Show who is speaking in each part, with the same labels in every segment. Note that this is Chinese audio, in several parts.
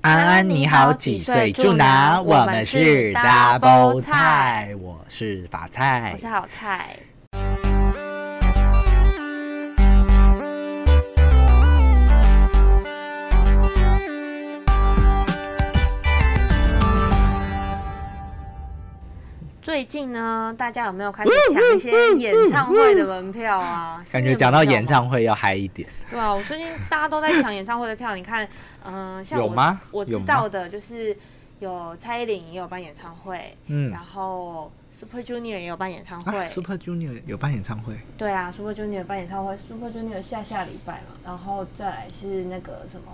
Speaker 1: 安安你好，几岁住哪？我们是 Double 菜，我是法菜
Speaker 2: 我，是好菜。最近呢，大家有没有开始抢一些演唱会的门票啊？
Speaker 1: 嗯感觉讲到演
Speaker 2: 唱。
Speaker 1: 唱会要嗨一点，
Speaker 2: 对啊，我最近大家都在抢演唱会的票，你看，嗯、像
Speaker 1: 有
Speaker 2: 我
Speaker 1: 吗
Speaker 2: 我
Speaker 1: 有
Speaker 2: 知
Speaker 1: 吗
Speaker 2: 道的就是有蔡依林也有办演唱会，
Speaker 1: 嗯
Speaker 2: 然后 Super Junior 也有办演唱会，
Speaker 1: 啊，Super Junior 有办演唱会，
Speaker 2: 对啊，Super Junior 办演唱会，Super Junior 下下礼拜嘛，然后再来是那个什么。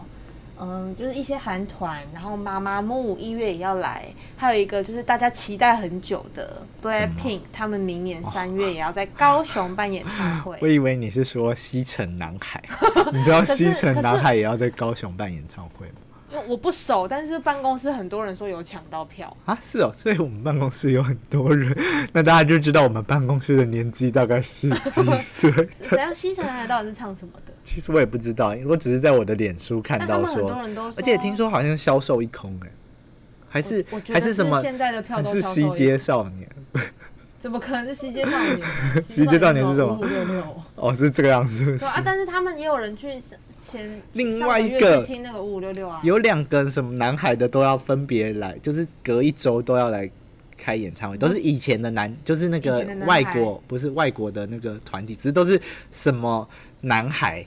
Speaker 2: 嗯，就是一些韩团，然后妈妈木一月也要来，还有一个就是大家期待很久的 Blackpink，他们明年三月也要在高雄办演唱会。
Speaker 1: 我以为你是说西城男 孩，你知道
Speaker 2: 是
Speaker 1: 西城
Speaker 2: 可是
Speaker 1: 男孩也要在高雄办演唱会吗？
Speaker 2: 因为我不熟，但是办公室很多人说有抢 到票。
Speaker 1: 啊，是哦，所以我们办公室有很多人， 那大家就知道我们办公室的年纪大概是几岁。
Speaker 2: 怎样？西城男孩到底是唱什么的？
Speaker 1: 其实我也不知道，我只是在我的脸书看
Speaker 2: 但他
Speaker 1: 到
Speaker 2: 们很
Speaker 1: 说，
Speaker 2: 多人都说，
Speaker 1: 而且听说好像销售一空哎、还
Speaker 2: 我
Speaker 1: 是
Speaker 2: 我觉
Speaker 1: 还
Speaker 2: 得
Speaker 1: 是
Speaker 2: 是
Speaker 1: 什么？
Speaker 2: 现在的票
Speaker 1: 还
Speaker 2: 都
Speaker 1: 是
Speaker 2: 销售
Speaker 1: 西
Speaker 2: 一
Speaker 1: 街少年
Speaker 2: 怎么可能是西街少年？
Speaker 1: 西街少年是什么
Speaker 2: 五五六六。
Speaker 1: 哦，是这个样子是不是
Speaker 2: 对啊，但是他们也有人去前
Speaker 1: 另
Speaker 2: 上
Speaker 1: 外
Speaker 2: 个
Speaker 1: 一
Speaker 2: 月
Speaker 1: 个
Speaker 2: 去听那个五五六六啊，
Speaker 1: 有两个什么男孩的都要分别来，就是隔一周都要来开演唱会，都是以前的男，就是那
Speaker 2: 嗯以
Speaker 1: 个
Speaker 2: 前的男
Speaker 1: 外
Speaker 2: 孩
Speaker 1: 国不是外国的那个团体，只是都是什么男孩，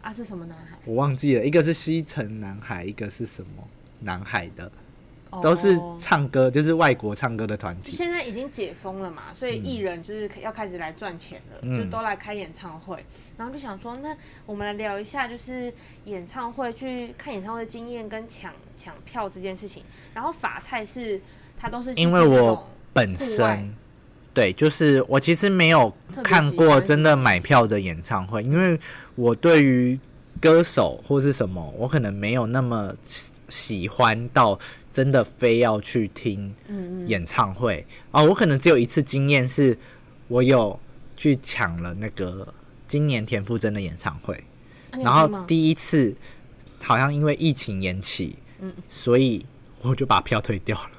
Speaker 2: 啊是什么男孩？
Speaker 1: 我忘记了，一个是西城男孩，一个是什么男孩的，都是
Speaker 2: 哦
Speaker 1: 唱歌，就是外国唱歌的团
Speaker 2: 就
Speaker 1: 体。
Speaker 2: 现在已经解封了嘛，所以艺人就是要开始来赚钱了，
Speaker 1: 嗯
Speaker 2: 就都来开演唱会。然后就想说，那我们来聊一下，就是演唱会去看演唱会的经验跟抢抢票这件事情。然后法菜是他都是去
Speaker 1: 因为
Speaker 2: 那
Speaker 1: 我
Speaker 2: 种
Speaker 1: 本
Speaker 2: 户外
Speaker 1: 身对，就是我其实没有
Speaker 2: 特别
Speaker 1: 看
Speaker 2: 喜
Speaker 1: 过
Speaker 2: 欢
Speaker 1: 真
Speaker 2: 什
Speaker 1: 的
Speaker 2: 么
Speaker 1: 买票的演唱会，因为我对于歌手或是什么，我可能没有那么喜喜欢到真的非要去听
Speaker 2: 嗯嗯
Speaker 1: 演唱会啊、我可能只有一次经验是，我有去抢了那个今年田馥甄的演唱会，
Speaker 2: 啊你有
Speaker 1: 然后
Speaker 2: 听吗
Speaker 1: 第一次好像因为疫情延期，
Speaker 2: 嗯
Speaker 1: 所以我就把票退掉了。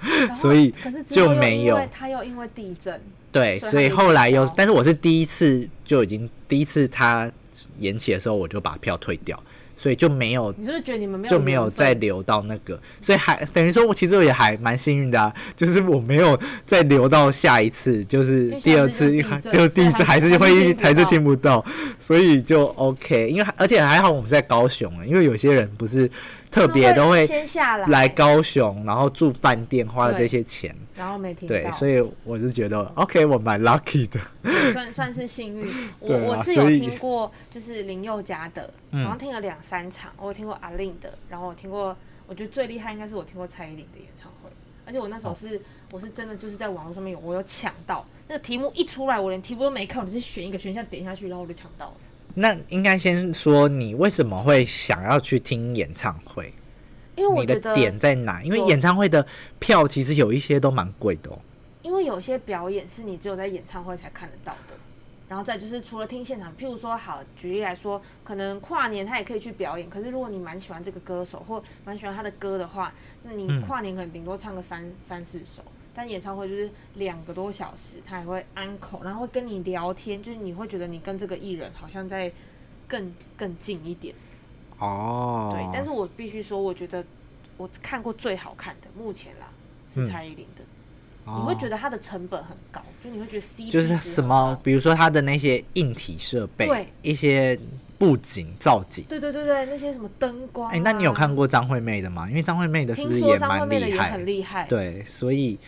Speaker 2: 然后
Speaker 1: 所以
Speaker 2: 可是之
Speaker 1: 就
Speaker 2: 后又
Speaker 1: 没
Speaker 2: 因
Speaker 1: 有
Speaker 2: 为他又因为地震，
Speaker 1: 对，所
Speaker 2: 所以
Speaker 1: 以
Speaker 2: 他就
Speaker 1: 后来又
Speaker 2: 取消，
Speaker 1: 但是我是第一次就已经第一次他延期的时候，我就把票退掉，所以就没有
Speaker 2: 你是不是觉得你们没有
Speaker 1: 就没有
Speaker 2: 缘分
Speaker 1: 再留到那个，所以还等于说我其实我也还蛮幸运的啊，就是我没有再留到下一次，就是第二次
Speaker 2: 因为
Speaker 1: 一
Speaker 2: 下次
Speaker 1: 就
Speaker 2: 就
Speaker 1: 第
Speaker 2: 地
Speaker 1: 一
Speaker 2: 震
Speaker 1: 次
Speaker 2: 所以还
Speaker 1: 还
Speaker 2: 是
Speaker 1: 是
Speaker 2: 听
Speaker 1: 会
Speaker 2: 不到
Speaker 1: 还是听不到，所以就 OK，因为而且还好我们在高雄啊，因为有些人不是特别
Speaker 2: 他
Speaker 1: 都
Speaker 2: 们
Speaker 1: 会
Speaker 2: 先下来
Speaker 1: 来，高雄，然后住饭店花了这些钱，
Speaker 2: 然后没听到，
Speaker 1: 对，所以我是觉得 OK，我蛮 lucky 的。
Speaker 2: 算算是幸运。我、
Speaker 1: 对啊
Speaker 2: 我是
Speaker 1: 所
Speaker 2: 有
Speaker 1: 以
Speaker 2: 听过，就是林宥嘉的，
Speaker 1: 嗯
Speaker 2: 然后听了两三场，我有听过阿令的，然后我听过，我觉得最厉害应该是我听过蔡依林的演唱会，而且我
Speaker 1: 哦
Speaker 2: 那时候是、我是真的就是在网络上面有我有抢到那个题目一出来，我连题目都没看，我只是选一个选项点下去，然后我就抢到了。
Speaker 1: 那应该先说你为什么会想要去听演唱会？
Speaker 2: 因为我
Speaker 1: 你
Speaker 2: 觉
Speaker 1: 的
Speaker 2: 得，
Speaker 1: 点在哪？因为
Speaker 2: 我
Speaker 1: 演唱会的票其实有一些都蛮贵的哦。
Speaker 2: 因为有些表演是你只有在演唱会才看得到的。然后再就是除了听现场，譬如说好，举例来说，可能跨年他也可以去表演。可是如果你蛮喜欢这个歌手或蛮喜欢他的歌的话，那你
Speaker 1: 嗯
Speaker 2: 跨年可能顶多唱个三、三四首，但演唱会就是两个多小时，他还会安口，然后会跟你聊天，就是你会觉得你跟这个艺人好像在更更近一点。
Speaker 1: 哦
Speaker 2: 对，但是我必须说，我觉得我看过最好看的目前啦
Speaker 1: 嗯
Speaker 2: 是蔡依林的。你会觉得它的成本很高，就你会觉得 CP
Speaker 1: 哦就是
Speaker 2: 值
Speaker 1: 什
Speaker 2: 很
Speaker 1: 么
Speaker 2: 高？，
Speaker 1: 比如说它的那些硬体设备
Speaker 2: 对，
Speaker 1: 一些布景造景。
Speaker 2: 对对对对，那些什么灯光、啊。
Speaker 1: 哎、那你有？看过张惠妹的吗？因为张惠妹的是不
Speaker 2: 听
Speaker 1: 是
Speaker 2: 说
Speaker 1: 也
Speaker 2: 张惠
Speaker 1: 蛮
Speaker 2: 妹的
Speaker 1: 厉
Speaker 2: 也
Speaker 1: 害？
Speaker 2: 很厉害，
Speaker 1: 对，所以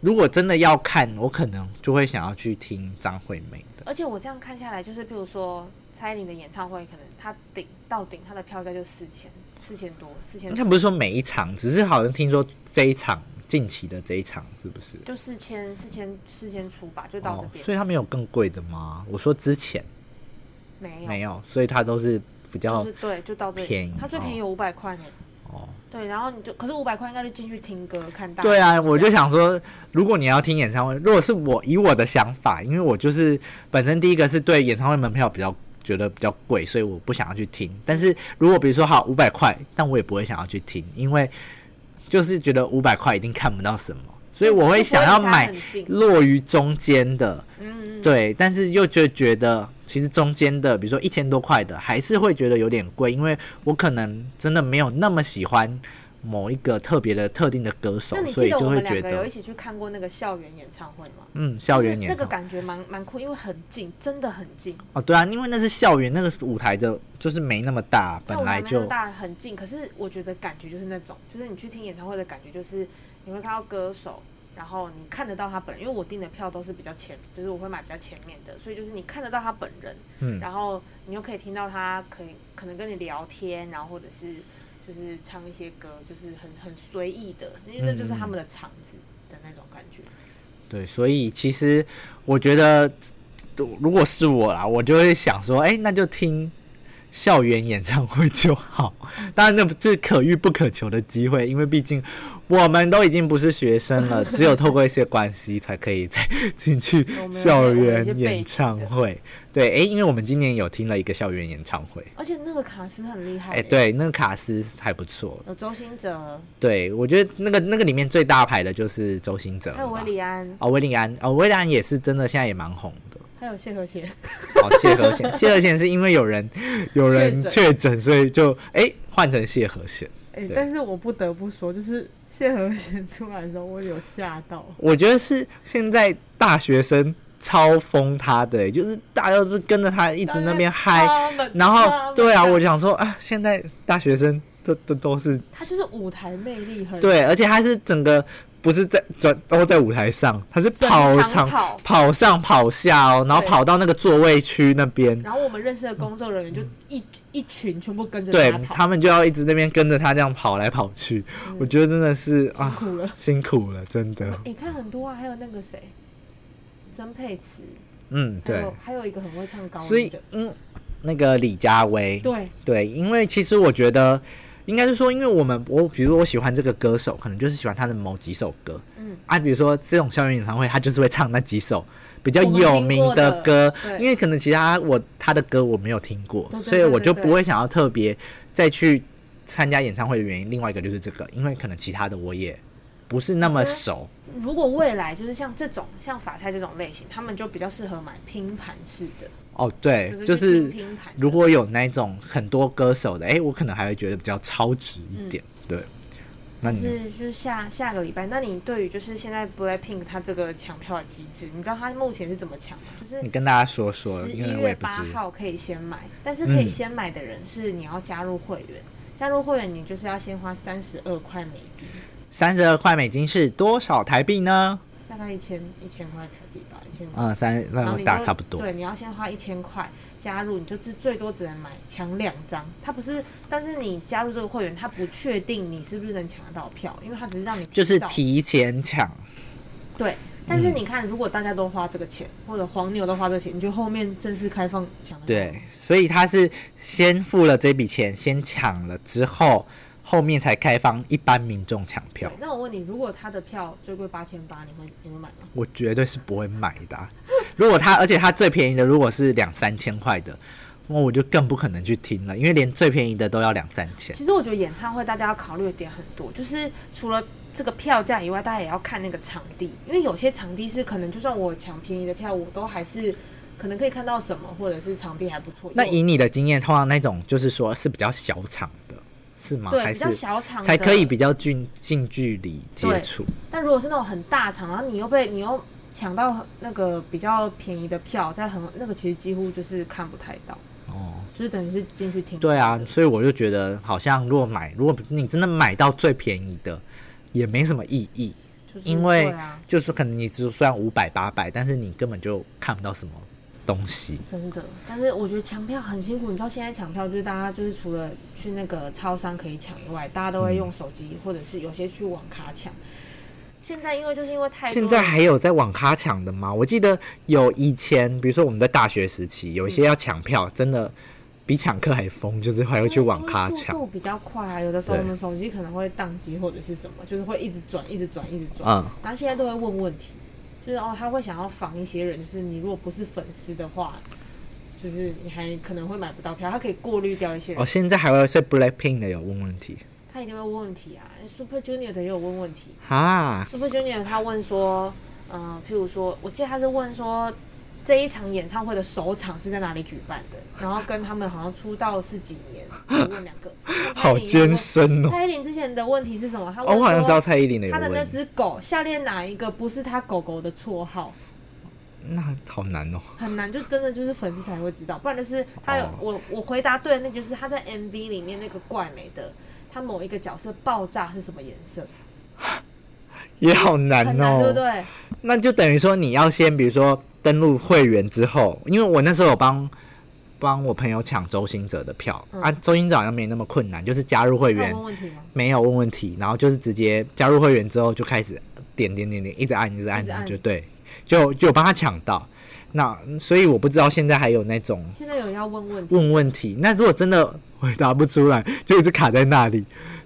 Speaker 1: 如果真的要看，我可能就会想要去听张惠妹的。
Speaker 2: 而且我这样看下来，就是譬如说蔡依林的演唱会，可能她顶到顶她的票价就四千，四千多，四千
Speaker 1: 应该不是说每一场，只是好像听说这一场近期的这一场是不是？
Speaker 2: 就四千四千四千出吧，就到这
Speaker 1: 哦，
Speaker 2: 边、
Speaker 1: 所以它没有更贵的吗？我说之前
Speaker 2: 没有，
Speaker 1: 没有，所以它都是比较、
Speaker 2: 就是对，就到这
Speaker 1: 便宜
Speaker 2: 里，它最便宜有五百块呢。
Speaker 1: 哦。
Speaker 2: 对，然后你就可是五百块应该就进去听歌看大。
Speaker 1: 对，啊，我就想说，如果你要听演唱会，如果是我以我的想法，因为我就是本身第一个是对演唱会门票比较觉得比较贵，所以我不想要去听。但是如果比如说好五百块，但我也不会想要去听，因为就是觉得五百块一定看不到什么，所以我会想要买
Speaker 2: 就不会离它很近
Speaker 1: 落于中间的，
Speaker 2: 嗯，嗯
Speaker 1: 对，但是又就觉得其实中间的，比如说一千多块的，还是会觉得有点贵，因为我可能真的没有那么喜欢某一个特别的特定的歌手
Speaker 2: 那，你
Speaker 1: 所
Speaker 2: 记
Speaker 1: 以
Speaker 2: 得
Speaker 1: 就
Speaker 2: 我
Speaker 1: 会
Speaker 2: 们
Speaker 1: 觉
Speaker 2: 两个有
Speaker 1: 得
Speaker 2: 一起去看过那个校园演唱会吗？
Speaker 1: 嗯，校园
Speaker 2: 就是
Speaker 1: 演
Speaker 2: 那个
Speaker 1: 唱会
Speaker 2: 感觉蛮蛮酷，因为很近，真的很近。
Speaker 1: 哦，对啊，因为那是校园，那个舞台的就是没那么大，
Speaker 2: 但
Speaker 1: 本
Speaker 2: 我
Speaker 1: 来
Speaker 2: 还没那
Speaker 1: 就
Speaker 2: 么大很近，可是我觉得感觉就是那种，就是你去听演唱会的感觉，就是你会看到歌手，然后你看得到他本人，因为我订的票都是比较前，就是我会买比较前面的，所以就是你看得到他本人，
Speaker 1: 嗯
Speaker 2: 然后你又可以听到他可以可能跟你聊天，然后或者是就是唱一些歌，就是很很随意的，因为那就是
Speaker 1: 嗯
Speaker 2: 他们的场子的那种感觉。
Speaker 1: 对，所以其实我觉得，如果是我啦，我就会想说，哎、那就听校园演唱会就好。当然，那不是可遇不可求的机会，因为毕竟我们都已经不是学生了，只有透过一些关系才可以再进去
Speaker 2: 我们
Speaker 1: 校
Speaker 2: 我们是
Speaker 1: 园
Speaker 2: 被
Speaker 1: 演唱
Speaker 2: 的
Speaker 1: 会。对，哎、因为我们今年有听了一个校园演唱会，
Speaker 2: 而且那个卡斯很厉害、
Speaker 1: 哎、，对，那个卡斯还不错。
Speaker 2: 有周兴哲，
Speaker 1: 对，我觉得那个那个里面最大牌的就是周兴哲了吧，
Speaker 2: 还有韦礼安，
Speaker 1: 哦，维利安哦，维利安也是真的，现在也蛮红的。
Speaker 2: 还有谢和弦。
Speaker 1: 哦，谢和弦，谢和弦是因为有人有人确诊，所以就哎换、成谢和弦。
Speaker 3: 哎、
Speaker 1: 对
Speaker 3: 但是我不得不说，就是谢和弦出来的时候，我有吓到。
Speaker 1: 我觉得是现在大学生超疯他的、欸就是大家都是跟着他一直那边嗨，
Speaker 3: 他们
Speaker 1: 然
Speaker 3: 他
Speaker 1: 后
Speaker 3: 们
Speaker 1: 对啊，我想说啊，现在大学生都都都是
Speaker 2: 他就是舞台魅力很
Speaker 1: 对，而且他是整个不是在转都在舞台上，他是
Speaker 2: 整
Speaker 1: 跑
Speaker 2: 场
Speaker 1: 场
Speaker 2: 跑
Speaker 1: 跑上跑下哦，然后
Speaker 2: 对
Speaker 1: 跑到那个座位区那边，
Speaker 2: 然后我们认识的工作人员就一一群全部跟着
Speaker 1: 对
Speaker 2: 跑，嗯
Speaker 1: 他们就要一直那边跟着他这样跑来跑去，我觉得真的
Speaker 3: 辛
Speaker 1: 是啊，
Speaker 3: 苦了。
Speaker 1: 辛苦了，真的。
Speaker 2: 你、看很多啊，还有那个谁，曾沛慈，
Speaker 1: 嗯，
Speaker 2: 还
Speaker 1: 对
Speaker 2: 有，还有一个很会唱高
Speaker 1: 所
Speaker 2: 音
Speaker 1: 以
Speaker 2: 的，
Speaker 1: 嗯，那个李佳薇，
Speaker 2: 对，
Speaker 1: 对，因为其实我觉得。应该是说，因为我们我比如说我喜欢这个歌手，可能就是喜欢他的某几首歌，
Speaker 2: 嗯，
Speaker 1: 啊，比如说这种校园演唱会，他就是会唱那几首比较
Speaker 2: 我们
Speaker 1: 有
Speaker 2: 听
Speaker 1: 名
Speaker 2: 过的
Speaker 1: 歌，
Speaker 2: 对
Speaker 1: 因为可能其他我他的歌我没有听过，
Speaker 2: 对对
Speaker 1: 所以我
Speaker 2: 对对
Speaker 1: 就
Speaker 2: 对
Speaker 1: 不会想要特别再去参加演唱会的原因。另外一个就是这个，因为可能其他的我也不是那么熟，
Speaker 2: 如果未来就是像这种像法菜这种类型，他们就比较适合买拼盘式的，
Speaker 1: 哦，对，就
Speaker 2: 去
Speaker 1: 是
Speaker 2: 听拼盘的。
Speaker 1: 如果有那种很多歌手的，哎、我可能还会觉得比较超值
Speaker 2: 嗯
Speaker 1: 一点，对。那
Speaker 2: 就
Speaker 1: 你
Speaker 2: 是就是下下个礼拜，那你对于就是现在 Blackpink 它这个抢票的机制，你知道它目前是怎么抢吗？就是
Speaker 1: 你跟大家说说，
Speaker 2: 十
Speaker 1: 因为
Speaker 2: 一
Speaker 1: 我也
Speaker 2: 月
Speaker 1: 不
Speaker 2: 八
Speaker 1: 知。
Speaker 2: 号可以先买，但是可以
Speaker 1: 嗯
Speaker 2: 先买的人是你要加入会员，加入会员你就是要先花三十二块美金，
Speaker 1: 三十二块美金是多少台币呢？
Speaker 2: 大概一千一千块台币吧，一千。
Speaker 1: 嗯，三
Speaker 2: 然
Speaker 1: 那
Speaker 2: 后
Speaker 1: 我
Speaker 2: 啊你
Speaker 1: 打
Speaker 2: 就
Speaker 1: 差不多。
Speaker 2: 对，你要先花一千块加入，你就是最多只能买抢两张。它不是，但是你加入这个会员，它不确定你是不是能抢得到票，因为它只是让你
Speaker 1: 就是
Speaker 2: 提早
Speaker 1: 提嗯前抢，
Speaker 2: 嗯对。但是你看，如果大家都花这个钱，或者黄牛都花这个钱，你就后面正式开放抢得到吗
Speaker 1: 对，所以他是先付了这笔钱，先抢了之后，后面才开放一般民众抢票
Speaker 2: 对。。那我问你，如果他的票最贵八千八，你会你会买吗？
Speaker 1: 我绝对是不会买的啊、 如果他，而且他最便宜的，如果是两三千块的，那我就更不可能去听了，因为连最便宜的都要两三千。
Speaker 2: 其实我觉得演唱会大家要考虑的点很多，就是除了这个票价以外，大家也要看那个场地，因为有些场地是可能就算我抢便宜的票，我都还是可能可以看到什么，或者是场地还不错。
Speaker 1: 那
Speaker 2: 因为
Speaker 1: 以你的经验，通常那种就是说是比较小场的，是吗？
Speaker 2: 对
Speaker 1: 还
Speaker 2: 比较
Speaker 1: 是
Speaker 2: 小场的
Speaker 1: 才可以比，较近近距离接
Speaker 2: 对
Speaker 1: 触？
Speaker 2: 但如果是那种很大场，然后你又被你又抢到那个比较便宜的票，在很那个其实几乎就是看不太到，
Speaker 1: 哦，
Speaker 2: 就是等于是进去听。
Speaker 1: 对啊，所以我就觉得好像如果买，如果你真的买到最便宜的，也没什么意义，
Speaker 2: 就是
Speaker 1: 因为
Speaker 2: 对啊，
Speaker 1: 就是可能你只虽然五百八百，但是你根本就看不到什么东西。
Speaker 2: 真的，但是我觉得抢票很辛苦。你知道现在抢票就是大家就是除了去那个超商可以抢以外，大家都会用手机，或者是有些去网咖抢。现在因为就是因为太多
Speaker 1: 现在还有在网咖抢的吗？我记得有以前，比如说我们在大学时期，有一些要抢票，真的比抢课还疯，就是还会去网咖
Speaker 2: 因为速
Speaker 1: 抢。
Speaker 2: 度比较快啊。有的时候
Speaker 1: 对
Speaker 2: 我们手机可能会宕机或者是什么，就是会一直转、一直转、一直转。
Speaker 1: 嗯，
Speaker 2: 然后现在都会问问题，就是哦，他会想要防一些人，就是你如果不是粉丝的话，就是你还可能会买不到票，他可以过滤掉一些人。
Speaker 1: 哦，现在还会所以 Blackpink 的有问问题
Speaker 2: 他一定会问问题啊，Super Junior 的也有问问题。
Speaker 1: 啊？
Speaker 2: Super Junior 他问说，嗯、譬如说，我记得他是问说，这一场演唱会的首场是在哪里举办的，然后跟他们好像出道是几年，我问两 个。
Speaker 1: 好艰深哦！
Speaker 2: 蔡依林之前的问题是什么？他
Speaker 1: 哦，
Speaker 2: 问
Speaker 1: 我好像知道
Speaker 2: 说
Speaker 1: 蔡依林的有
Speaker 2: 他的那
Speaker 1: 问题，
Speaker 2: 只狗下列哪一个不是他狗狗的绰号？
Speaker 1: 那好难哦。
Speaker 2: 很难，就真的就是粉丝才会知道，不然就是他有、
Speaker 1: 哦
Speaker 2: 我我回答对，那就是他在 MV 里面那个怪美的，他某一个角色爆炸是什么颜色，
Speaker 1: 也好难
Speaker 2: 很难，
Speaker 1: 哦，
Speaker 2: 对不对？
Speaker 1: 那就等于说你要先，比如说登录会员之后，因为我那时候有帮帮我朋友抢周星哲的票、
Speaker 2: 嗯
Speaker 1: 啊，周星哲好像没那么困难，就是加入会
Speaker 2: 他
Speaker 1: 员
Speaker 2: 有问问题吗？
Speaker 1: 没有问问题，然后就是直接加入会员之后就开始点点点点，一直按一直按，
Speaker 2: 一直按
Speaker 1: 就对，就就有帮他抢到。那所以我不知道现在还有那种
Speaker 2: 现在有人要问问题，
Speaker 1: 问问题，那如果真的回答不出来，就一直卡在那里，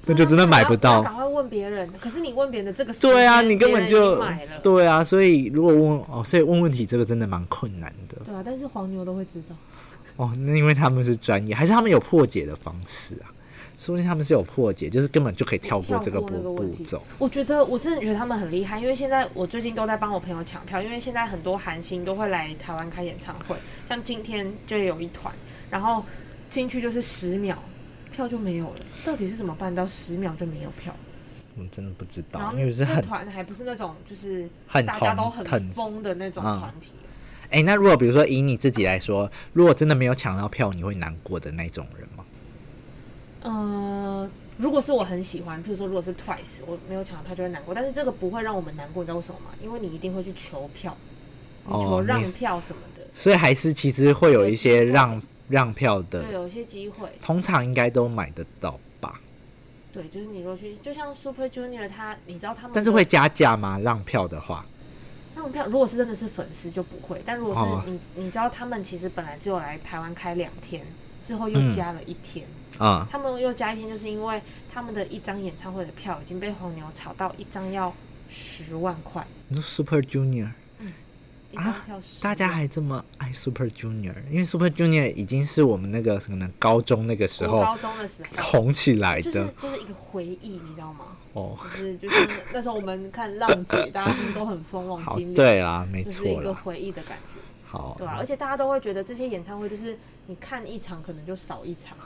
Speaker 1: 那就真的买不
Speaker 2: 对啊
Speaker 1: 到。
Speaker 2: 赶快问别人。可是你问别人的这个时间，
Speaker 1: 对啊，你根本
Speaker 2: 别人已
Speaker 1: 就
Speaker 2: 经买了，
Speaker 1: 对啊，所以如果问哦，所以问问题这个真的蛮困难的
Speaker 2: 对啊，但是黄牛都会知道。
Speaker 1: 哦。那因为他们是专业，还是他们有破解的方式啊？说不定他们是有破解，就是根本就可以跳过这个
Speaker 2: 跳过那个
Speaker 1: 步
Speaker 2: 问
Speaker 1: 步
Speaker 2: 题
Speaker 1: 骤。
Speaker 2: 我觉得我真的觉得他们很厉害，因为现在我最近都在帮我朋友抢票，因为现在很多韩星都会来台湾开演唱会，像今天就有一团，然后进去就是十秒，票就没有了。到底是怎么办到十秒就没有票？
Speaker 1: 我真的不知
Speaker 2: 然
Speaker 1: 道
Speaker 2: 后，
Speaker 1: 因为是
Speaker 2: 那
Speaker 1: 很
Speaker 2: 团还不是那种就是
Speaker 1: 很
Speaker 2: 大家都
Speaker 1: 红
Speaker 2: 很
Speaker 1: 很
Speaker 2: 疯的那种
Speaker 1: 嗯
Speaker 2: 团体。
Speaker 1: 哎、那如果比如说以你自己来说，如果真的没有抢到票，你会难过的那种人吗？
Speaker 2: 嗯，如果是我很喜欢，譬如说如果是 Twice，我没有抢到票就会难过，但是这个不会让我们难过，你知道为什么吗？因为你一定会去求票，你
Speaker 1: 哦
Speaker 2: 求让
Speaker 1: 你
Speaker 2: 票什么的。
Speaker 1: 所以还是其实会有一些
Speaker 2: 有机会
Speaker 1: 让让票的
Speaker 2: 对，，嗯有一些机会，
Speaker 1: 通常应该都买得到吧？
Speaker 2: 对，就是你如果去，就像 Super Junior，他你知道他们，
Speaker 1: 但是会加价吗？让票的话，
Speaker 2: 那种票，如果是真的是粉丝就不会，但如果
Speaker 1: 哦
Speaker 2: 是你，你知道他们其实本来只有来台湾开两天，之后又
Speaker 1: 嗯
Speaker 2: 加了一天，
Speaker 1: 嗯，
Speaker 2: 他们又加一天，就是因为他们的一张演唱会的票已经被黄牛炒到一张要十万块，
Speaker 1: 你说 Super Junior。
Speaker 2: 一张票十、
Speaker 1: 啊大家还这么爱 Super Junior，因为 Super Junior 已经是我们那个可能高中那个时
Speaker 2: 我
Speaker 1: 候
Speaker 2: 高中的时候。
Speaker 1: 红起来
Speaker 2: 就
Speaker 1: 的、
Speaker 2: 是就是一个回忆，你知道吗？
Speaker 1: 哦。
Speaker 2: 就是就是那时候我们看浪姐，大家不是都很疯王
Speaker 1: 好
Speaker 2: 心，凌，
Speaker 1: 对啦，没
Speaker 2: 就是一
Speaker 1: 错
Speaker 2: 个
Speaker 1: 啦，
Speaker 2: 回忆的感觉。
Speaker 1: 好
Speaker 2: 对，啊，而且大家都会觉得这些演唱会就是你看一场可能就少一 场，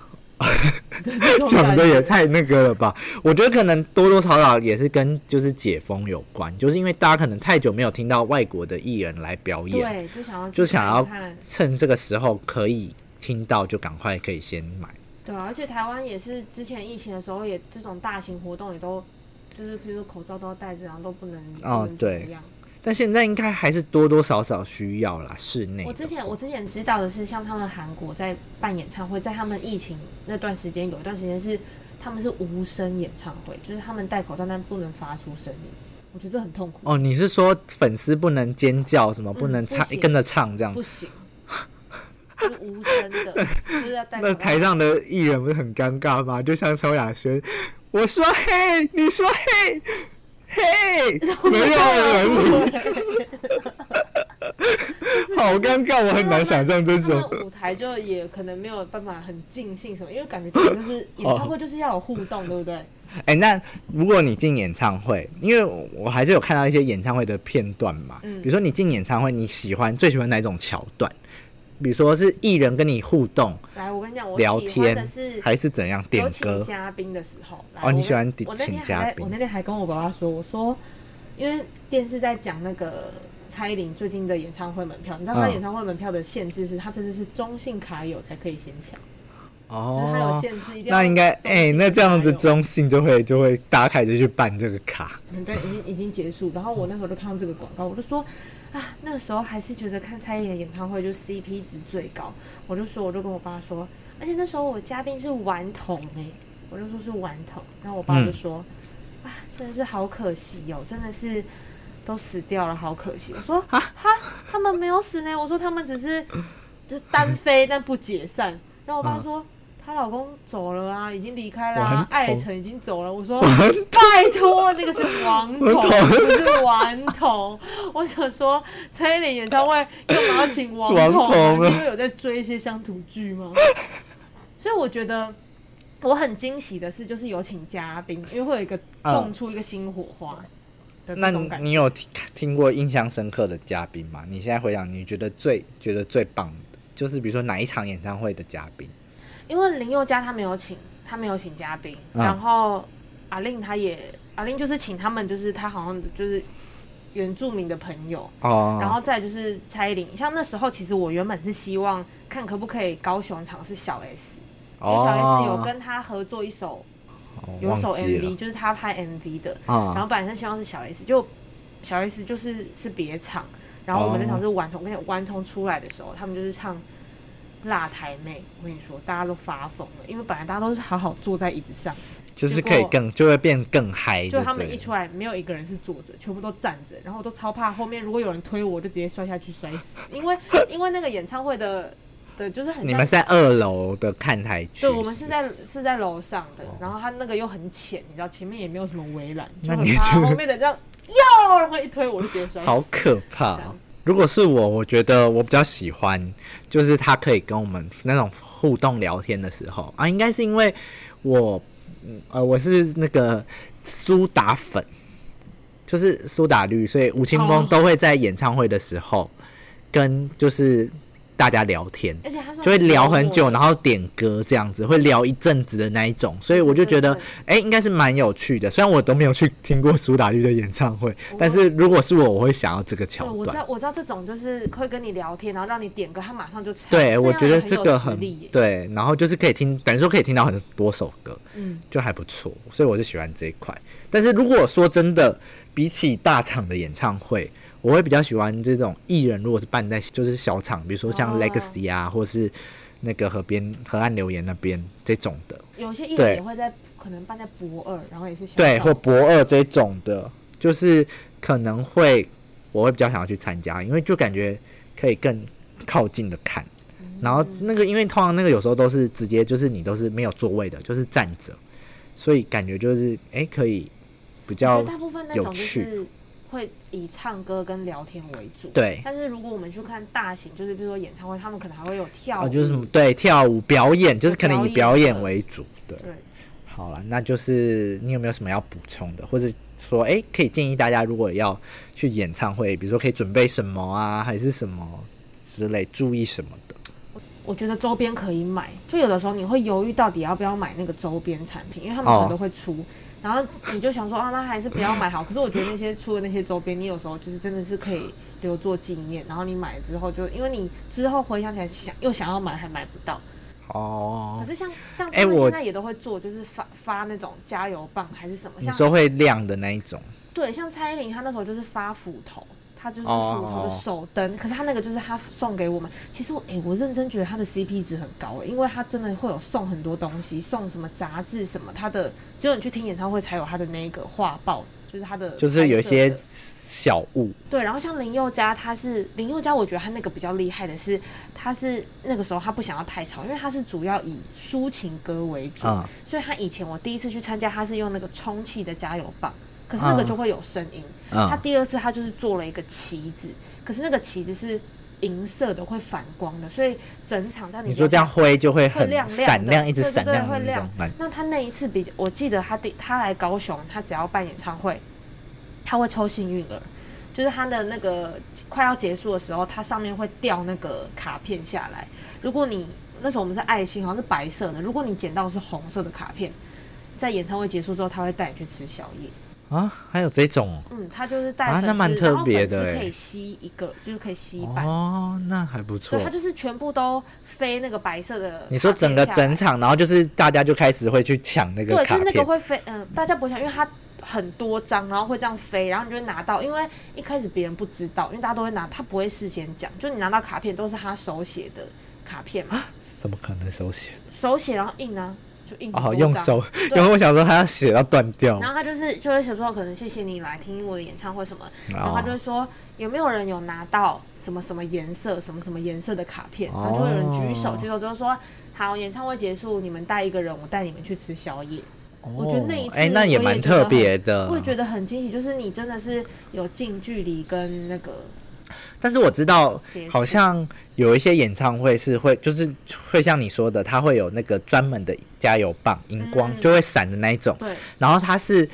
Speaker 1: 讲的也
Speaker 2: 太
Speaker 1: 太那个了吧？我觉得可能多多少少也是跟就是解封有关，就是因为大家可能太久没有听到外国的艺人来表演，
Speaker 2: 对，就想要去
Speaker 1: 就想要
Speaker 2: 看一看，
Speaker 1: 趁这个时候可以听到就赶快可以先买。
Speaker 2: 对啊，而且台湾也是之前疫情的时候也这种大型活动也都就是比如说口罩都要戴着，然后都不能
Speaker 1: 哦对
Speaker 2: 一样。
Speaker 1: 但现在应该还是多多少少需要啦，室内的
Speaker 2: 我之前我之前知道的是，像他们韩国在办演唱会，在他们疫情那段时间有一段时间是他们是无声演唱会，就是他们戴口罩但不能发出声音，我觉得这很痛苦，
Speaker 1: 哦，你是说粉丝不能尖叫，什么不
Speaker 2: 嗯
Speaker 1: 能
Speaker 2: 不
Speaker 1: 唱、
Speaker 2: 行
Speaker 1: 跟着唱这样
Speaker 2: 不？行。就是无声的，就是要戴口
Speaker 1: 那
Speaker 2: 罩。
Speaker 1: 台上的艺人不是很尴尬吗？就像萧亚轩，我说嘿，你说嘿，嘿，没有人理，好尴尬，我很难想象这
Speaker 2: 他
Speaker 1: 种
Speaker 2: 们舞台就也可能没有办法很尽兴什么，因为感觉可能
Speaker 1: 哦
Speaker 2: 就是演唱会就是要有互动，对不对？
Speaker 1: 哎、那如果你进演唱会，因为我我还是有看到一些演唱会的片段嘛，
Speaker 2: 嗯
Speaker 1: 比如说你进演唱会，你喜欢最喜欢哪种桥段？比如说是艺人跟你互动、
Speaker 2: 来，我跟你讲，我
Speaker 1: 聊
Speaker 2: 喜欢
Speaker 1: 天
Speaker 2: 的是，
Speaker 1: 还是怎样点
Speaker 2: 有
Speaker 1: 歌
Speaker 2: 请？嘉宾的时候。来
Speaker 1: 哦你
Speaker 2: 我
Speaker 1: 喜欢
Speaker 2: 我那天
Speaker 1: 请嘉
Speaker 2: 还在
Speaker 1: 宾
Speaker 2: 我那天还跟我爸爸说，我说因为电视在讲那个蔡依林最近的演唱会门票，你知道她
Speaker 1: 嗯
Speaker 2: 演唱会门票的限制是，她这次是中信卡友才可以先抢，就
Speaker 1: 哦，
Speaker 2: 是她有限制，一定要
Speaker 1: 那应该
Speaker 2: 中
Speaker 1: 哎、
Speaker 2: 信
Speaker 1: 那这样子
Speaker 2: 卡友
Speaker 1: 中信就会就会大家开始去办这个 卡，
Speaker 2: 嗯，对，已经已经结束。然后我那时候就看到这个广告，我就说啊，那个时候还是觉得看蔡依林的演唱会就 CP 值最高。我就说，我就跟我爸说，而且那时候我嘉宾是顽童哎、我就说是顽童。然后我爸就
Speaker 1: 嗯
Speaker 2: 说、啊，真的是好可惜哦，真的是都死掉了，好可惜。我说
Speaker 1: 啊
Speaker 2: 哈，他们没有死呢，我说他们只是就是单飞但不解散。然后我爸说。他她老公走了啊，已经离开啦、
Speaker 1: 啊我很
Speaker 2: 啊
Speaker 1: 头，
Speaker 2: 艾辰已经走了。我说拜托，那个是王
Speaker 1: 我
Speaker 2: 彤，
Speaker 1: 头
Speaker 2: 不是顽童。我想说，蔡依林演唱会干嘛要请王
Speaker 1: 王童
Speaker 2: 彤、
Speaker 1: 啊
Speaker 2: 啊？因为有在追一些乡土剧吗？所以我觉得我很惊喜的是，就是有请嘉宾，因为会有一个
Speaker 1: 嗯
Speaker 2: 蹦出一个新火花的
Speaker 1: 那
Speaker 2: 那种
Speaker 1: 你
Speaker 2: 感觉。
Speaker 1: 你有听听过印象深刻的嘉宾吗？你现在回想，你觉得最觉得最棒的，就是比如说哪一场演唱会的嘉宾？
Speaker 2: 因为林宥嘉他没有请，他没有请嘉宾，
Speaker 1: 嗯
Speaker 2: 然后阿令他也阿令就是请他们，就是他好像就是原住民的朋友，
Speaker 1: 哦，
Speaker 2: 然后再就是蔡依林。像那时候其实我原本是希望看可不可以高雄场是小 S，因为小 S 有跟他合作一首
Speaker 1: 哦
Speaker 2: 有一首
Speaker 1: 忘记了
Speaker 2: MV，就是他拍 MV 的，
Speaker 1: 啊，
Speaker 2: 然后本来是希望是小 S，就小 S 就是是别场，然后我们那
Speaker 1: 哦
Speaker 2: 场是顽童，跟你讲顽童出来的时候，他们就是唱辣台妹，我跟你说，大家都发疯了，因为本来大家都是好好坐在椅子上，
Speaker 1: 就是可以更就会变更嗨，
Speaker 2: 就
Speaker 1: 对
Speaker 2: 他们
Speaker 1: 了
Speaker 2: 一出来，没有一个人是坐着，全部都站着，然后我都超怕后面如果有人推我，我就直接摔下去摔死，因为因为那个演唱会的的就是很
Speaker 1: 你
Speaker 2: 像
Speaker 1: 们是在二楼的看台区，
Speaker 2: 对，我们是
Speaker 1: 不哦
Speaker 2: 在是在楼上的，然后它那个又很浅，你知道前面也没有什么围栏，就
Speaker 1: 那
Speaker 2: 很
Speaker 1: 你
Speaker 2: 怕
Speaker 1: 就
Speaker 2: 后面的这样哟，然后一推我就直接摔死。
Speaker 1: 好可怕哦、
Speaker 2: 这样
Speaker 1: 如果是我，我觉得我比较喜欢，就是他可以跟我们那种互动聊天的时候啊，应该是因为我，嗯呃，我是那个苏打粉，就是苏打绿，所以吴青峰
Speaker 2: 哦
Speaker 1: 都会在演唱会的时候跟就是大家聊天。
Speaker 2: 而且他是
Speaker 1: 就会聊很久，
Speaker 2: 我
Speaker 1: 然后点歌这样子，会聊一阵子的那一种，所以我就觉得
Speaker 2: 对对，
Speaker 1: 哎、应该是蛮有趣的。虽然我都没有去听过苏打绿的演唱会，但是如果是我，我会想要这个
Speaker 2: 哦对，
Speaker 1: 桥
Speaker 2: 我知
Speaker 1: 段。
Speaker 2: 道，我知道这种就是会跟你聊天，然后让你点歌，他马上就唱。
Speaker 1: 对，
Speaker 2: 这
Speaker 1: 我
Speaker 2: 样
Speaker 1: 觉得
Speaker 2: 也
Speaker 1: 这
Speaker 2: 有
Speaker 1: 个
Speaker 2: 实
Speaker 1: 很
Speaker 2: 力耶
Speaker 1: 对，然后就是可以听，等于说可以听到很多首歌，
Speaker 2: 嗯，
Speaker 1: 就还不错，所以我就喜欢这一块。但是如果说真的，比起大场的演唱会，我会比较喜欢这种艺人，如果是办在就是小场，比如说像
Speaker 2: 哦
Speaker 1: Legacy 啊，或是那个河边河岸留言那边这种的。
Speaker 2: 有些艺
Speaker 1: 对
Speaker 2: 人也会在可能办在博二，然后也是小
Speaker 1: 对，
Speaker 2: 小
Speaker 1: 或博二这种的，就是可能会我会比较想要去参加，因为就感觉可以更靠近的看。
Speaker 2: 嗯
Speaker 1: 然后那个，因为通常那个有时候都是直接就是你都是没有座位的，就是站着，所以感觉就是哎、诶可以比
Speaker 2: 我
Speaker 1: 较
Speaker 2: 觉得大部分那
Speaker 1: 有
Speaker 2: 种就
Speaker 1: 趣
Speaker 2: 是会以唱歌跟聊天为主。
Speaker 1: 对
Speaker 2: 但是如果我们去看大型，就是比如说演唱会，他们可能还会有跳舞，
Speaker 1: 哦，就是什么对跳舞表演，就是可能以表
Speaker 2: 表演
Speaker 1: 演为主。对，
Speaker 2: 对。
Speaker 1: 好了，那就是你有没有什么要补充的，或者说哎、诶可以建议大家如果要去演唱会，比如说可以准备什么啊，还是什么之类，注意什么的。
Speaker 2: 我觉得周边可以买，就有的时候你会犹豫到底要不要买那个周边产品，因为他们
Speaker 1: 哦
Speaker 2: 可能都会出，然后你就想说啊，那还是不要买好。可是我觉得那些出的那些周边，你有时候就是真的是可以留作纪念，然后你买了之后就，因为你之后回想起来想又想要买还买不到。
Speaker 1: 哦
Speaker 2: 可，是像像
Speaker 1: 哎
Speaker 2: 他们
Speaker 1: 我
Speaker 2: 现在也都会做，就是发发那种加油棒还是什么，
Speaker 1: 你
Speaker 2: 像
Speaker 1: 说会亮的那一种，
Speaker 2: 对，像蔡依林她那时候就是发斧头，她就是
Speaker 1: 哦
Speaker 2: 斧头的手灯，可是她那个就是她送给我们。其实我哎、我认真觉得她的 CP 值很高、欸因为她真的会有送很多东西，送什么杂志什么，她的只有你去听演唱会才有她的那个画报，就是她的
Speaker 1: 就是有一
Speaker 2: 拍摄
Speaker 1: 些
Speaker 2: 的
Speaker 1: 小物
Speaker 2: 对，然后像林宥嘉，他是林宥嘉，我觉得他那个比较厉害的是，他是那个时候他不想要太吵，因为他是主要以抒情歌为主，
Speaker 1: 啊、
Speaker 2: 所以他以前我第一次去参加，他是用那个充气的加油棒，可是那个
Speaker 1: 嗯
Speaker 2: 就会有声音。
Speaker 1: 嗯
Speaker 2: 他第二次他就是做了一个旗子，可是那个旗子是银色的，会反光的，所以整场在你
Speaker 1: 你说这样挥就会
Speaker 2: 会
Speaker 1: 很
Speaker 2: 亮亮的
Speaker 1: 闪亮，一直
Speaker 2: 对对
Speaker 1: 闪
Speaker 2: 对
Speaker 1: 亮的
Speaker 2: 会
Speaker 1: 那种
Speaker 2: 亮
Speaker 1: 感觉。
Speaker 2: 那他那一次比较，我记得他第他来高雄，他只要办演唱会，他会抽幸运儿，就是他的那个快要结束的时候，它上面会掉那个卡片下来。如果你那时候我们是爱心，好像是白色的，如果你捡到的是红色的卡片，在演唱会结束之后，他会带你去吃宵夜。
Speaker 1: 啊，还有这种哦
Speaker 2: 嗯，他就是带
Speaker 1: 啊
Speaker 2: 粉丝，
Speaker 1: 那蛮特别的
Speaker 2: 然
Speaker 1: 欸
Speaker 2: 后粉丝可以吸一个，就是可以吸一半。
Speaker 1: 哦，那还不错
Speaker 2: 对，。他就是全部都飞那个白色的卡片下来。
Speaker 1: 你说整个整场，然后就是大家就开始会去抢那个
Speaker 2: 对，就
Speaker 1: 卡
Speaker 2: 是那个
Speaker 1: 片，
Speaker 2: 会飞，嗯、大家不会想，因为它很多张，然后会这样飞，然后你就会拿到，因为一开始别人不知道，因为大家都会拿，他不会事先讲，就你拿到卡片都是他手写的卡片嘛，
Speaker 1: 怎么可能手写？
Speaker 2: 手写然后印啊，就印很
Speaker 1: 哦，
Speaker 2: 多
Speaker 1: 用
Speaker 2: 张
Speaker 1: 手，因为我想说他要写到断掉
Speaker 2: 然。后他就是就会想说，可能谢谢你来听我的演唱会什么，然后他就
Speaker 1: 哦
Speaker 2: 会说有没有人有拿到什么什么颜色、什么什么颜色的卡片，
Speaker 1: 哦
Speaker 2: 然后就会有人举手，举手就是说好，演唱会结束，你们带一个人，我带你们去吃宵夜。我
Speaker 1: 哦
Speaker 2: 觉得那一次
Speaker 1: 哎、那也蛮特别的。
Speaker 2: 我也觉得很惊喜，就是你真的是有近距离跟那个，
Speaker 1: 但是我知道
Speaker 2: 接，触
Speaker 1: 好像有一些演唱会是会，就是会像你说的，它会有那个专门的加油棒，荧光、
Speaker 2: 嗯
Speaker 1: 就会闪的那一种。
Speaker 2: 对
Speaker 1: 然后它是，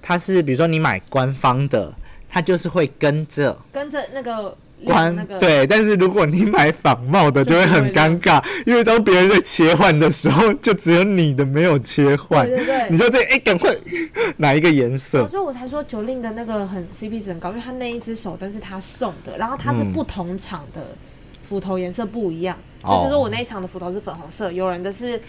Speaker 1: 它是比如说你买官方的，它就是会跟着
Speaker 2: 跟着那个
Speaker 1: 官、
Speaker 2: 那个
Speaker 1: 对。但是如果你买仿冒的，
Speaker 2: 就
Speaker 1: 就是会很尴尬，因为当别人在切换的时候，就只有你的没有切换。
Speaker 2: 对对对
Speaker 1: 你就这哎，赶、快 哪一个颜色
Speaker 2: 哦、？所以我才说九令的那个很 CP 值很高，因为他那一只手灯是他送的，然后它是
Speaker 1: 嗯
Speaker 2: 不同厂的斧头颜色不一样，
Speaker 1: 哦
Speaker 2: 就比如说我那一场的斧头是粉红色，有人的是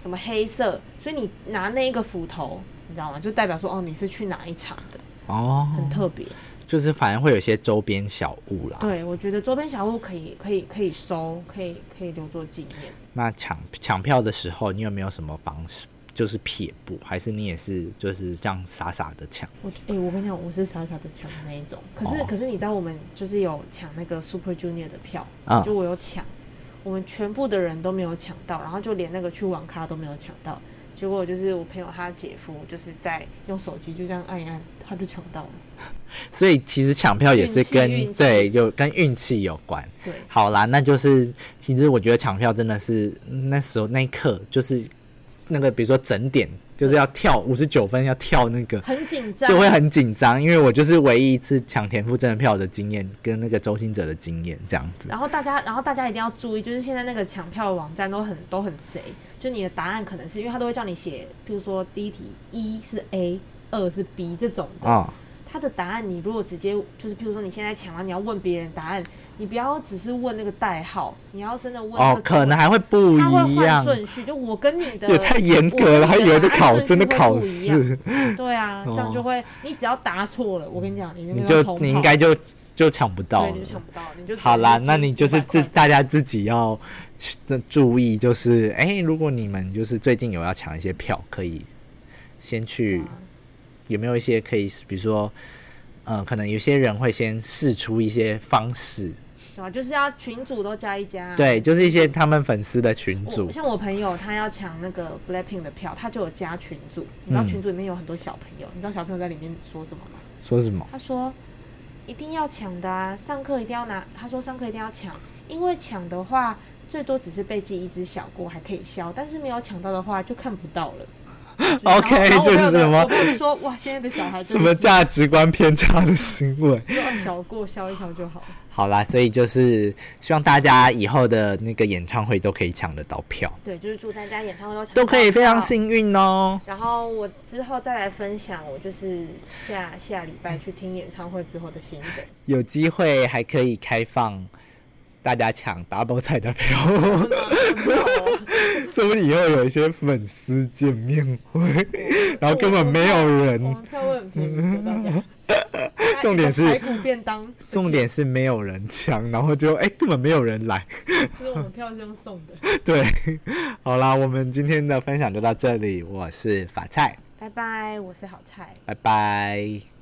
Speaker 2: 什么黑色，所以你拿那一个斧头，你知道吗？就代表说哦你是去哪一场的，
Speaker 1: 哦，
Speaker 2: 很特别。
Speaker 1: 就是反正会有一些周边小物啦。
Speaker 2: 对，我觉得周边小物可以可以可以收，可以可以留作纪念。
Speaker 1: 那抢抢票的时候，你有没有什么方式？就是撇步，还是你也是就是这样傻傻的抢？
Speaker 2: 我哎、我跟你讲，我是傻傻的抢的那一种。可是、
Speaker 1: 哦
Speaker 2: 可是你知道，我们就是有抢那个 Super Junior 的票，
Speaker 1: 嗯
Speaker 2: 就我有抢，我们全部的人都没有抢到，然后就连那个去网咖都没有抢到。结果就是我朋友他姐夫就是在用手机就这样按一按，他就抢到了。
Speaker 1: 所以其实抢票也是跟
Speaker 2: 运气运气
Speaker 1: 对有跟运气有关。
Speaker 2: 对，
Speaker 1: 好啦，那就是其实我觉得抢票真的是那时候那一刻就是那个比如说整点就是要跳五十九分要跳那个，
Speaker 2: 很紧张，
Speaker 1: 就会很紧张，因为我就是唯一一次抢田馥甄的票的经验跟那个周星哲的经验这样子。
Speaker 2: 然后大家，然后大家一定要注意，就是现在那个抢票网站都很都很贼，就你的答案可能是因为他都会叫你写，譬如说第一题一是 A，二是 B 这种的，
Speaker 1: 哦，
Speaker 2: 他的答案你如果直接就是譬如说你现在抢了，你要问别人答案，你不要只是问那个代号，你要真的问那
Speaker 1: 哦
Speaker 2: 个，
Speaker 1: 可能还会不
Speaker 2: 他会
Speaker 1: 一
Speaker 2: 换
Speaker 1: 样，
Speaker 2: 顺序，就我跟你的
Speaker 1: 也太严格了，还以为在考真的考，
Speaker 2: 我跟你答案顺序
Speaker 1: 试，
Speaker 2: 会不一样对啊，这样
Speaker 1: 哦
Speaker 2: 就会你只要答错了，我跟你讲，你那
Speaker 1: 你
Speaker 2: 个
Speaker 1: 就
Speaker 2: 要重
Speaker 1: 你
Speaker 2: 跑
Speaker 1: 应该就就抢不到
Speaker 2: 对
Speaker 1: 了
Speaker 2: 你。就抢不到，你就只
Speaker 1: 好啦，
Speaker 2: 能
Speaker 1: 那你就是
Speaker 2: 500
Speaker 1: 自
Speaker 2: 块
Speaker 1: 大家自己要去注意，就是哎、如果你们就是最近有要抢一些票，可以先去、
Speaker 2: 啊
Speaker 1: 有没有一些可以，比如说，呃，可能有些人会先试出一些方式，
Speaker 2: 对啊，就是要群主都加一加、啊。
Speaker 1: 对，就是一些他们粉丝的群
Speaker 2: 我
Speaker 1: 组，
Speaker 2: 像我朋友他要抢那个 Blackpink 的票，他就有加群组。你知道
Speaker 1: 嗯
Speaker 2: 群组里面有很多小朋友，你知道小朋友在里面说什么吗？
Speaker 1: 说什么？
Speaker 2: 他说一定要抢的啊，上课一定要拿。他说上课一定要抢，因为抢的话最多只是被记一只小过，还可以消，但是没有抢到的话就看不到 了。就是然后
Speaker 1: OK，
Speaker 2: 然后
Speaker 1: 这
Speaker 2: 我
Speaker 1: 是
Speaker 2: 朋
Speaker 1: 什
Speaker 2: 友就
Speaker 1: 么
Speaker 2: 我朋友就说哇，现在的小孩
Speaker 1: 什
Speaker 2: 真
Speaker 1: 么
Speaker 2: 的是
Speaker 1: 价值观偏差的行为？
Speaker 3: 就按小过消一消就好了。
Speaker 1: 好啦，所以就是希望大家以后的那个演唱会都可以抢得到票，
Speaker 2: 对，就是祝大家演唱会都抢
Speaker 1: 都可以
Speaker 2: 到
Speaker 1: 非常
Speaker 2: 票
Speaker 1: 幸运哦。
Speaker 2: 然后我之后再来分享，我就是下下礼拜去听演唱会之后的心得。
Speaker 1: 有机会还可以开放大家抢 double 彩的票， 说不定以后有一些粉丝见面 会，然啊后根本没有
Speaker 3: 我
Speaker 1: 人，
Speaker 3: 们票会很便宜的， 大家。
Speaker 1: 重点是
Speaker 3: 排骨便当，
Speaker 1: 重点是没有人抢，然后就哎、根本没有人 来。
Speaker 3: 就是我们票是用送的。
Speaker 1: 对，好啦，我们今天的分享就到这里，我是法菜，
Speaker 2: 拜拜，我是好菜。
Speaker 1: 拜拜。